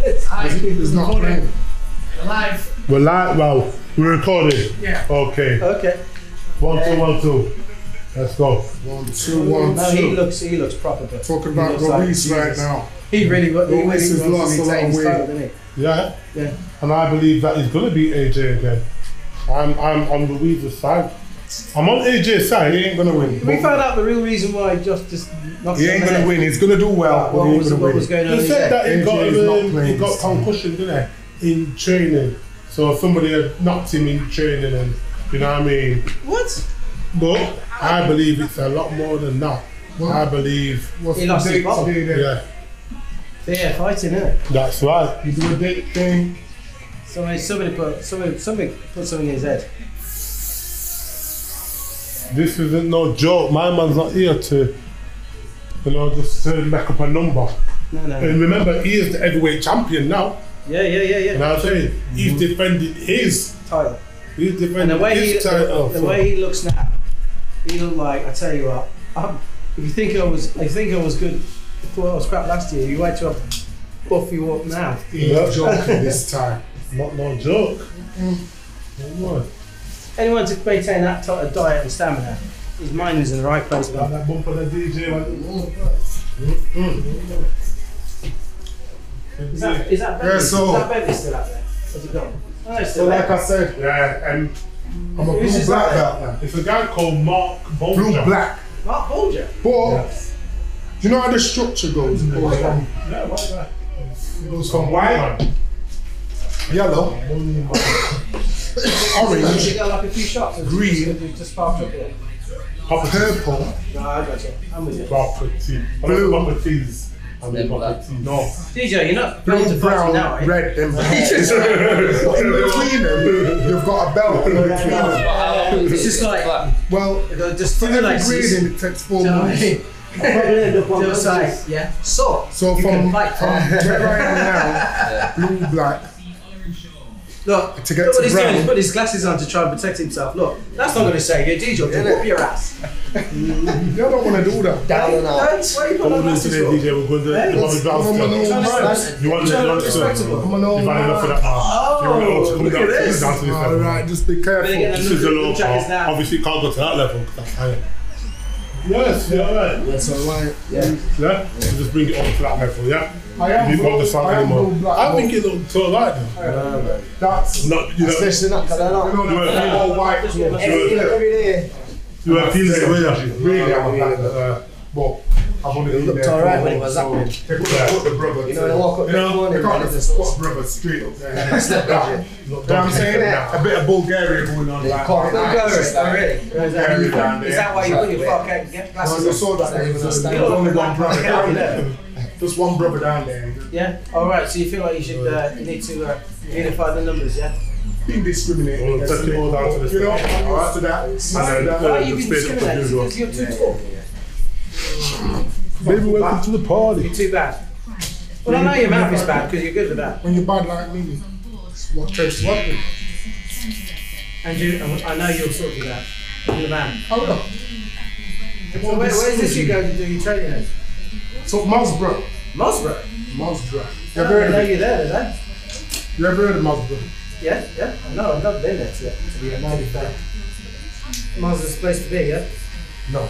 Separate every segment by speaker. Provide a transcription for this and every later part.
Speaker 1: It's
Speaker 2: This
Speaker 1: live.
Speaker 2: is not
Speaker 1: Recorded.
Speaker 2: playing.
Speaker 1: Live.
Speaker 2: We're live. Well, we're recording.
Speaker 1: Yeah.
Speaker 3: Okay.
Speaker 4: Okay.
Speaker 3: One, two, one, two. Let's go.
Speaker 2: One, two, one,
Speaker 4: no, he
Speaker 2: two.
Speaker 4: looks he looks proper. But
Speaker 2: Talking about
Speaker 4: he looks like
Speaker 2: Ruiz right
Speaker 4: Jesus.
Speaker 2: now.
Speaker 4: He really wa- he really
Speaker 2: Ruiz
Speaker 4: wants
Speaker 2: has
Speaker 4: to
Speaker 2: lost a lot
Speaker 4: retain
Speaker 2: of
Speaker 4: his
Speaker 2: weight.
Speaker 4: title, doesn't
Speaker 3: Yeah.
Speaker 4: he? Yeah.
Speaker 3: And I believe that he's gonna beat AJ again. I'm I'm on Louise's side. I'm on AJ's side. He ain't gonna win.
Speaker 4: We found out the real reason why Justice knocked
Speaker 2: He
Speaker 4: him
Speaker 2: ain't
Speaker 4: in the
Speaker 2: going to
Speaker 4: head.
Speaker 2: win. He's going to do well, but
Speaker 4: What
Speaker 2: he ain't
Speaker 4: was,
Speaker 2: going
Speaker 4: what
Speaker 2: to
Speaker 4: was
Speaker 2: win.
Speaker 4: going on?
Speaker 3: They
Speaker 4: his
Speaker 3: said
Speaker 4: head?
Speaker 3: that he
Speaker 2: AJ
Speaker 3: got
Speaker 2: is not
Speaker 3: um, he
Speaker 2: playing
Speaker 3: got
Speaker 2: this time.
Speaker 3: concussion, didn't he? In training. So somebody had knocked him in training, and you know what I mean.
Speaker 4: What?
Speaker 3: But I believe it's a lot more than that. I believe.
Speaker 2: What's
Speaker 4: He
Speaker 2: the
Speaker 4: lost his
Speaker 2: date
Speaker 4: bottle.
Speaker 2: today then?
Speaker 3: Yeah,
Speaker 4: But yeah, fighting, isn't it?
Speaker 3: that's right.
Speaker 2: You do a date thing.
Speaker 4: Somebody, somebody put somebody, somebody put something in his head.
Speaker 3: This isn't no joke. My man's not here to, you know, just to make up a number.
Speaker 4: No, no.
Speaker 3: And remember, he is the heavyweight champion now.
Speaker 4: Yeah, yeah, yeah,
Speaker 3: You
Speaker 4: yeah.
Speaker 3: know what I'm saying? He's defended his.
Speaker 4: Title. Mm-hmm.
Speaker 3: He's
Speaker 4: And
Speaker 3: defended
Speaker 4: the way he
Speaker 3: his title.
Speaker 4: the
Speaker 3: so-
Speaker 4: way he looks now, he looked like I tell you what. I'm, if you think I was, if you think I was good, thought I was crap last year. You wait till I buff you up now.
Speaker 2: He's
Speaker 3: Yeah.
Speaker 2: joking this time.
Speaker 3: Not no joke.
Speaker 4: Mm-hmm.
Speaker 3: No, no.
Speaker 4: Anyone to maintain that type of diet and stamina, his mind is in the right place.
Speaker 3: Like
Speaker 4: But
Speaker 3: that bump of the DJ. Like,
Speaker 4: Mm-hmm.
Speaker 3: Mm-hmm.
Speaker 4: is that is that Bentley,
Speaker 2: Yeah, so-
Speaker 4: is that Bentley still out there? Has he gone? No, it's
Speaker 2: So
Speaker 4: still
Speaker 2: like
Speaker 4: there.
Speaker 2: I said,
Speaker 3: yeah, and
Speaker 2: I'm a
Speaker 4: Who's
Speaker 2: blue
Speaker 4: his
Speaker 2: black
Speaker 4: like?
Speaker 2: belt now.
Speaker 3: it's a guy called Mark Bolger.
Speaker 2: Blue black.
Speaker 4: Mark Bolger.
Speaker 2: But you know how the structure goes? It goes from,
Speaker 3: Yeah, what's that?
Speaker 2: it goes from white, yellow,
Speaker 4: Has he
Speaker 2: orange,
Speaker 4: got like a few shots? or is he
Speaker 2: Green.
Speaker 4: Just, just, just sparked up there.
Speaker 3: Property.
Speaker 2: purple,
Speaker 4: No, I got you. I'm with you.
Speaker 3: Property. I don't know properties. And then property. No.
Speaker 4: DJ, you're not playing
Speaker 2: blue,
Speaker 4: to brown, now,
Speaker 2: brown,
Speaker 4: eh?
Speaker 2: red, and black. In between them, you've got a belt. In between them.
Speaker 4: It's just like
Speaker 2: Well,
Speaker 4: just
Speaker 2: for
Speaker 4: figure
Speaker 2: every
Speaker 4: like this.
Speaker 2: grading, it takes four
Speaker 4: You know what I
Speaker 2: months.
Speaker 4: mean? They'll say, yeah. So,
Speaker 2: So
Speaker 4: you
Speaker 2: from,
Speaker 4: can
Speaker 2: from
Speaker 4: fight.
Speaker 2: where I am now, blue, black,
Speaker 4: Look,
Speaker 2: to get
Speaker 4: look
Speaker 2: to
Speaker 4: what he's
Speaker 2: Brown.
Speaker 4: doing. He's put his glasses on to try and protect himself. Look, that's not going to say good. DJ, yeah, whoop your ass.
Speaker 2: y'all don't want to do that.
Speaker 4: Down and out. Why are you putting
Speaker 2: Oh,
Speaker 4: on
Speaker 3: What we're doing
Speaker 4: glasses
Speaker 3: today,
Speaker 4: for?
Speaker 3: DJ, we're going to
Speaker 4: Hey,
Speaker 3: the Bobby
Speaker 2: let's-
Speaker 3: Brown
Speaker 2: come on,
Speaker 3: stuff.
Speaker 2: man,
Speaker 4: Nice.
Speaker 3: You want
Speaker 4: Try
Speaker 3: the
Speaker 4: to look
Speaker 3: Johnson?
Speaker 4: respectable.
Speaker 2: Come on,
Speaker 3: You
Speaker 2: all
Speaker 3: might enough for that man.
Speaker 4: Oh,
Speaker 3: You want to come
Speaker 4: look
Speaker 3: down
Speaker 4: at
Speaker 3: to
Speaker 4: this.
Speaker 3: this down to this
Speaker 2: All
Speaker 3: level.
Speaker 2: right, just be
Speaker 4: Better
Speaker 2: careful.
Speaker 4: get
Speaker 3: This is a low
Speaker 4: Check
Speaker 3: bar.
Speaker 4: this out.
Speaker 3: Obviously, you can't go to that level because that's higher. Yes, yeah, right.
Speaker 2: That's all right.
Speaker 3: Yeah, so just bring it up to that level, yeah?
Speaker 2: I am
Speaker 3: You didn't want the
Speaker 2: blue-
Speaker 3: sound
Speaker 2: I am
Speaker 3: anymore.
Speaker 2: blue black
Speaker 3: I
Speaker 2: belt.
Speaker 3: think it looks alright though.
Speaker 2: That's
Speaker 3: Not, you know,
Speaker 5: Especially not because I
Speaker 2: you
Speaker 5: don't.
Speaker 2: know that
Speaker 3: Yeah.
Speaker 2: all white. clothes.
Speaker 3: Sure.
Speaker 5: Hey, look every day.
Speaker 3: you were feeling it, weren't you?
Speaker 2: Really, I'm a black. Uh, but I've only been
Speaker 5: looked
Speaker 2: there
Speaker 5: all
Speaker 2: for
Speaker 5: right
Speaker 2: a
Speaker 5: when it
Speaker 2: while,
Speaker 5: was
Speaker 2: so
Speaker 5: happening.
Speaker 2: They could have put the brother.
Speaker 5: You know, they walk up
Speaker 2: You
Speaker 5: the
Speaker 2: know,
Speaker 5: morning
Speaker 2: they
Speaker 5: and
Speaker 2: can't
Speaker 5: it's
Speaker 2: just
Speaker 5: just-
Speaker 2: put brother straight up there. It's like that. You know what I'm
Speaker 3: Don't
Speaker 2: saying?
Speaker 3: take it
Speaker 2: A
Speaker 3: out.
Speaker 2: bit of Bulgaria going on. like,
Speaker 5: call it
Speaker 2: like,
Speaker 5: that.
Speaker 2: it's like- Every down there.
Speaker 4: Is that why you put your
Speaker 5: Exactly.
Speaker 4: fucking get
Speaker 2: Well, you
Speaker 4: glasses on?
Speaker 2: saw that there was
Speaker 5: It's
Speaker 2: a-
Speaker 5: not
Speaker 2: there was
Speaker 4: even
Speaker 2: only
Speaker 4: a
Speaker 2: one
Speaker 4: stand. Yeah.
Speaker 2: brother down there. Just one brother down there.
Speaker 4: Yeah. All right. So you feel like you should uh, you need to uh, unify the numbers, yeah?
Speaker 2: Being discriminated
Speaker 3: Well,
Speaker 2: against.
Speaker 3: take it all down to the
Speaker 2: You know,
Speaker 3: state.
Speaker 2: I'm used to that. Used to
Speaker 3: And then-
Speaker 2: that.
Speaker 4: Why are you being
Speaker 3: Spin up the
Speaker 4: discriminated?
Speaker 3: usual.
Speaker 4: Because you're too tall.
Speaker 3: Baby, welcome to the party.
Speaker 4: You're too bad. Well, I know your mouth is bad because you're good with that.
Speaker 2: When you're bad like me, what takes what?
Speaker 4: And you, and I know you'll sort of that. You're the man.
Speaker 2: Hold up.
Speaker 4: So where, where is this you go to do your training at?
Speaker 2: So, Mosbro.
Speaker 4: Mosborough.
Speaker 2: Mosbro. You
Speaker 4: I
Speaker 2: ever heard
Speaker 4: know
Speaker 2: of it?
Speaker 4: you're there, is that?
Speaker 2: You ever heard of Mosbro?
Speaker 4: Yeah, yeah. No, I've not been there yet. To be a mighty fair. Mosborough's the place to be, yeah?
Speaker 2: No.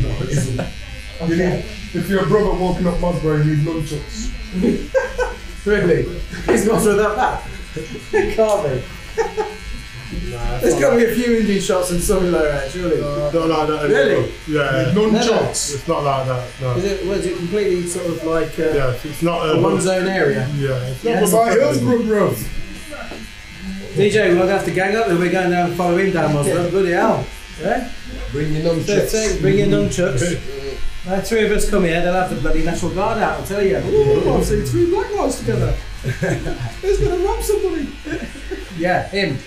Speaker 2: No, it isn't. You need, if you're a brother walking up Mosbro, you need nunchucks.
Speaker 4: Really? Is Mosborough that bad? It Can't be.
Speaker 2: Nah,
Speaker 4: There's got to be a few indie shots and something like that, surely.
Speaker 3: Not like that.
Speaker 4: Really?
Speaker 3: Yeah.
Speaker 2: Nunchucks.
Speaker 3: It's not like that. No.
Speaker 4: Is it, was it completely sort of like uh,
Speaker 3: Yeah, it's not.
Speaker 4: a
Speaker 3: um,
Speaker 4: one zone area?
Speaker 3: Yeah. it's
Speaker 4: Yeah,
Speaker 3: not
Speaker 2: It's
Speaker 3: one
Speaker 2: like
Speaker 3: of them.
Speaker 2: Hillsborough, bro.
Speaker 4: DJ, we're going to have to gang up and we're going down and follow him down Mosborough. Bloody hell. Yeah?
Speaker 5: Bring your numb
Speaker 4: So
Speaker 5: chips.
Speaker 4: take- bring your nunchucks. Like three of us come here, they'll have the bloody National Guard out, I'll tell you. Ooh, I've seen three black guys together. Who's going to rob somebody? yeah, him.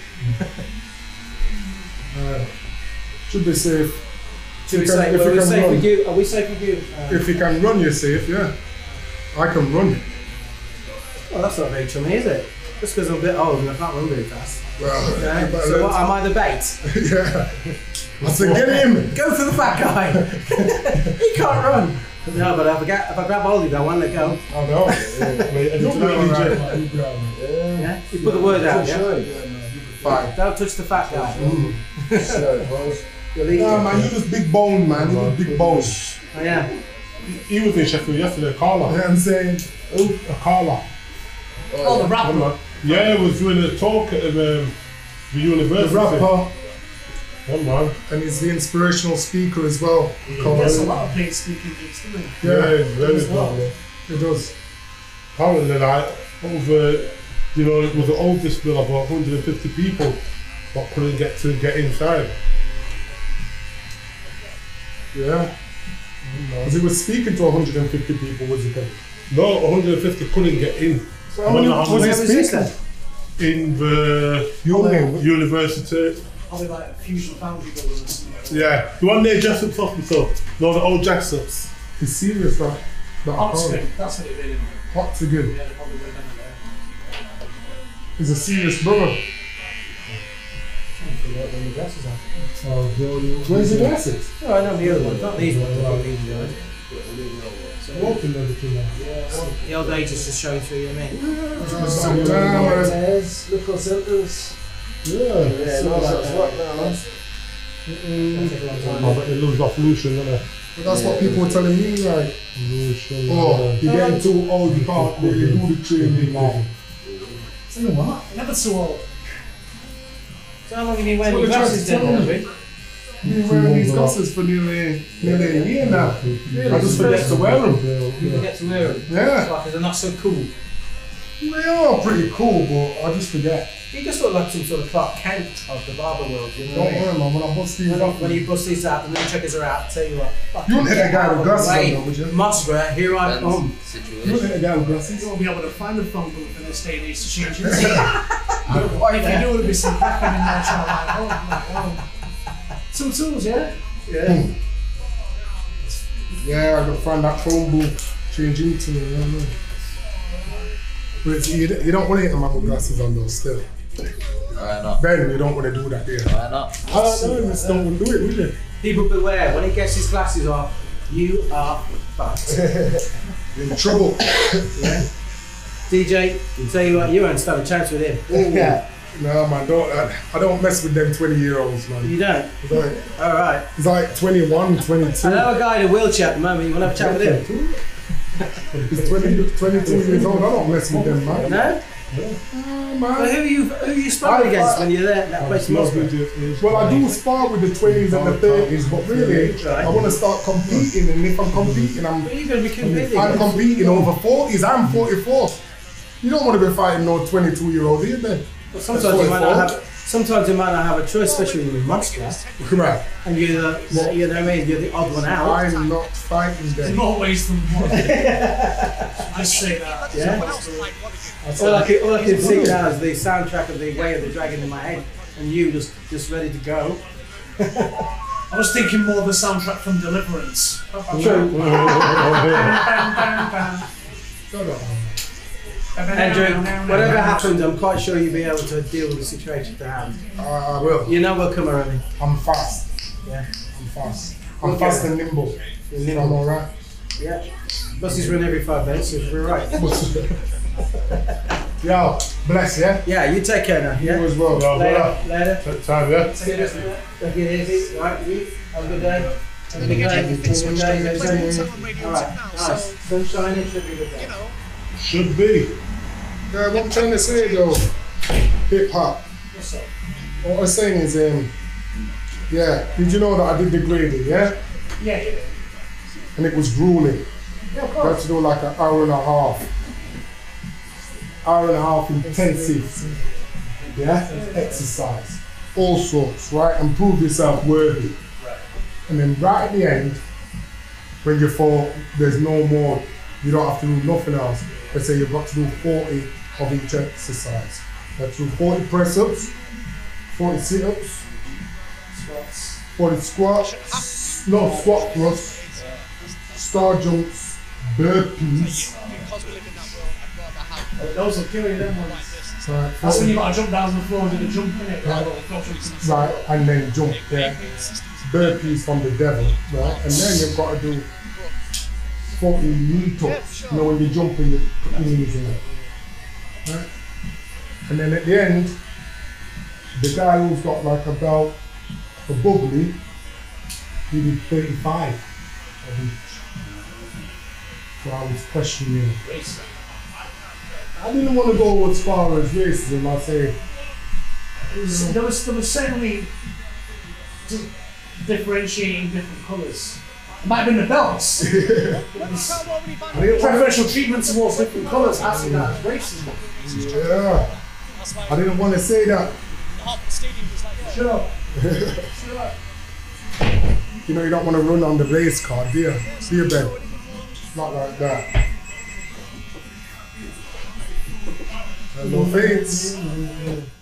Speaker 2: Should be safe.
Speaker 4: Should we say,
Speaker 2: If you can- if
Speaker 4: well,
Speaker 2: you
Speaker 4: we're
Speaker 2: can
Speaker 4: safe
Speaker 2: run.
Speaker 4: with you? Are we safe with you? Uh,
Speaker 2: If you can run, you're safe, yeah. I can run.
Speaker 4: well, oh, that's not very chummy, is it? Just because I'm a bit old and I can't run very fast.
Speaker 2: Well,
Speaker 4: Yeah,
Speaker 2: but
Speaker 4: so what,
Speaker 2: let's-
Speaker 4: am I the bait?
Speaker 2: yeah. I said, get him.
Speaker 4: Go for the fat guy. he can't run. No, but if I, get, if I grab hold of you, I want to let go.
Speaker 3: I know. Mate, and
Speaker 2: You'll
Speaker 3: it's
Speaker 2: be
Speaker 3: not
Speaker 2: all right,
Speaker 3: EJ.
Speaker 2: man. You'll be all right.
Speaker 5: Yeah.
Speaker 4: Yeah? You put the word out, yeah?
Speaker 5: Sure.
Speaker 2: Yeah, man, you'll be
Speaker 5: Fine.
Speaker 4: Don't touch the fat guy.
Speaker 2: fine.
Speaker 5: Sure, boss.
Speaker 4: You'll eat
Speaker 2: Nah,
Speaker 4: him.
Speaker 2: man, you just big bone, man. You just big bone. You
Speaker 4: Oh, yeah.
Speaker 3: He was in Sheffield yesterday,
Speaker 2: know
Speaker 3: Carla.
Speaker 2: what I'm saying?
Speaker 3: A Carla.
Speaker 5: Oh, yeah.
Speaker 3: Remember? Yeah, he was doing a talk at um, the
Speaker 2: The
Speaker 3: university.
Speaker 2: rapper,
Speaker 3: Yeah, man.
Speaker 2: and he's the inspirational speaker as well.
Speaker 1: There's a
Speaker 2: Colin.
Speaker 1: lot of great speaking gigs, doing it?
Speaker 2: Yeah,
Speaker 3: Yeah, he's very popular.
Speaker 2: It does.
Speaker 3: Apparently, like, over, you know, it was an oldest bill, about 150 people, but couldn't get to get inside.
Speaker 2: Yeah. Because he was speaking to 150 people, was he? Kevin?
Speaker 3: No, 150 couldn't get in.
Speaker 2: So
Speaker 3: I
Speaker 2: how many
Speaker 3: wonder how
Speaker 2: was
Speaker 3: many-
Speaker 2: he
Speaker 4: Where was this
Speaker 2: speaking?
Speaker 4: then?
Speaker 3: In the
Speaker 2: Union.
Speaker 3: university,
Speaker 1: Probably like a fusion foundry building or something.
Speaker 3: yeah, the one near Jessup's hospital, no, the old Jessup's.
Speaker 2: He's serious, that. That
Speaker 4: Oh.
Speaker 1: Oxford, that's what it really was.
Speaker 2: Hot to good.
Speaker 1: Yeah, they probably would have been there.
Speaker 2: He's a serious brother. Where's the glasses?
Speaker 4: No, Oh, I know the other one. Not these ones. I don't need the other.
Speaker 2: Walking everything now.
Speaker 4: The old age is just showing through, you know what I mean?
Speaker 2: Some down.
Speaker 5: Yes, look what sentence.
Speaker 2: Yeah.
Speaker 5: Yeah, no, that's what now.
Speaker 3: Oh, but they lose off Lucian, don't they?
Speaker 2: But that's what people were telling me, like,
Speaker 3: Lucian.
Speaker 2: oh,
Speaker 3: yeah.
Speaker 2: you're getting too old, you can't really do the training now.
Speaker 1: Tell you what, you're never too old.
Speaker 4: So how long have you been wearing your
Speaker 2: Well, they're
Speaker 4: glasses
Speaker 2: trying to
Speaker 4: then,
Speaker 2: tell
Speaker 4: Bobby?
Speaker 2: You've been wearing these glasses for nearly, nearly a year now. I just forget to wear them.
Speaker 4: You forget to wear them.
Speaker 2: Yeah.
Speaker 4: Because they're not so cool.
Speaker 2: They are pretty cool, but I just forget.
Speaker 4: You just look like some sort of Clark Kent of the barber world, you know
Speaker 2: Don't
Speaker 4: what I mean?
Speaker 2: worry, man. When I bust these
Speaker 4: When,
Speaker 2: up,
Speaker 4: when you bust these out, the nunchuckers are out, tell you what. fucking
Speaker 2: wouldn't hit
Speaker 4: get
Speaker 2: a guy
Speaker 4: out
Speaker 2: with
Speaker 4: of
Speaker 2: glasses
Speaker 4: the way.
Speaker 2: on, though, would you?
Speaker 4: Musborough, here I come.
Speaker 2: you look
Speaker 6: situation.
Speaker 2: at a guy with
Speaker 1: You
Speaker 2: glasses.
Speaker 1: won't be able to find a phone booth in this day and age to change it. or if you do, it'll be some cracking in there trying to like, oh, like, oh. Some tools, yeah?
Speaker 4: Yeah.
Speaker 2: Yeah, I gotta find that phone booth, change into it. I don't know. But it's, you, don't- you don't want to hit a man with glasses on though. Still,
Speaker 6: Why not?
Speaker 2: Ben, you don't want to do that, do you?
Speaker 6: Why not?
Speaker 2: I don't know. You just don't want to do it, would you?
Speaker 4: People beware, when he gets his glasses off, you are fucked.
Speaker 2: You're in trouble.
Speaker 4: DJ, tell you what, you won't stand a chance with him.
Speaker 5: Yeah.
Speaker 2: no, man. Don't. I, I don't mess with them twenty-year-olds, man.
Speaker 4: You don't?
Speaker 2: Like,
Speaker 4: Alright.
Speaker 2: it's like 21, 22.
Speaker 4: I know a guy in a wheelchair at the moment, you want to have a chat with him?
Speaker 2: He's 20, 22 years old. I don't mess with them, man.
Speaker 4: No?
Speaker 2: Nah,
Speaker 4: Well,
Speaker 2: man.
Speaker 4: who are you, who are you sparring
Speaker 2: I-
Speaker 4: against
Speaker 2: I-
Speaker 4: when you're there at that place in Musborough?
Speaker 2: Well, I do spar with the 20s and the 30s, but really,
Speaker 4: Right.
Speaker 2: I want to start competing. And if I'm competing, I'm
Speaker 4: But you're going to be competing.
Speaker 2: I'm competing over 40s. I'm 44. You don't want to be fighting no 22 year old either.
Speaker 4: Well, sometimes you might not have. Sometimes you might not have a choice, especially when you're a monster,
Speaker 2: Right.
Speaker 4: and you're the, the you know what I mean. You're the odd one out.
Speaker 2: I'm not fighting
Speaker 1: There's
Speaker 2: them.
Speaker 1: more ways than one. Just say that.
Speaker 4: Yeah. All I can all I can see now is the soundtrack of the Way of the Dragon in my head, and you just just ready to go.
Speaker 1: I was thinking more of the soundtrack from Deliverance.
Speaker 4: Andrew, whatever happens, I'm quite sure you'll be able to deal with the situation at hand.
Speaker 2: I, Uh, I will.
Speaker 4: You know we'll come around. it.
Speaker 2: I'm fast.
Speaker 4: Yeah.
Speaker 2: I'm fast. I'm
Speaker 4: Okay.
Speaker 2: fast and nimble. So I'm alright.
Speaker 4: Yeah. Buses run every five minutes, so we're right.
Speaker 2: Yo, bless yeah.
Speaker 4: Yeah, you take care now.
Speaker 2: You
Speaker 4: Yeah.
Speaker 2: as well.
Speaker 3: Yeah.
Speaker 4: Later. Later.
Speaker 3: That time, yeah?
Speaker 4: Take it easy. Right. You have a good day. Have a good day. Have a good day. Have a good day. All right, nice. Sunshine, it should be good day.
Speaker 3: Should be.
Speaker 2: Yeah, what I'm trying to say though, hip hop. What I'm saying is, um, yeah, did you know that I did the grading, yeah?
Speaker 1: Yeah, yeah.
Speaker 2: And it was grueling.
Speaker 1: Yeah, of
Speaker 2: I
Speaker 1: course.
Speaker 2: had to do like an hour and a half. Hour and a half intensive. Yeah? Exercise. All sorts, right? And prove yourself worthy. And then right at the end, when you fall, there's no more, you don't have to do nothing else. They say you've got to do 40 of each exercise. You have to do 40 press ups, 40 sit ups, 40 squats, no squat thrusts, star jumps, burpees.
Speaker 1: Those will kill you, them ones.
Speaker 2: Right,
Speaker 1: That's when
Speaker 2: 40
Speaker 1: you got to jump down the floor and do the jump in it. Like, oh, little dodge jumps.
Speaker 2: right, and then jump. Yeah. Burpees from the devil, right? And then you've got to do foot and your knee touch. You know, when you're jumping, you put your knees in it. Right? And then at the end, the guy who's got like a belt above me, he did 35 of each. So I was questioning him.
Speaker 1: Race.
Speaker 2: I didn't want to go as far as racism. I say,
Speaker 1: It was- There was there was certainly di- differentiating different colours. It might have been the belts.
Speaker 2: I didn't want
Speaker 1: Preferential treatment towards different colours. Actually, that's racism.
Speaker 2: to, yeah. I didn't want to say that.
Speaker 1: Shut up.
Speaker 2: You know, you don't want to run on the race car, do you? Do you, Ben? Not like that. Hello, Fates.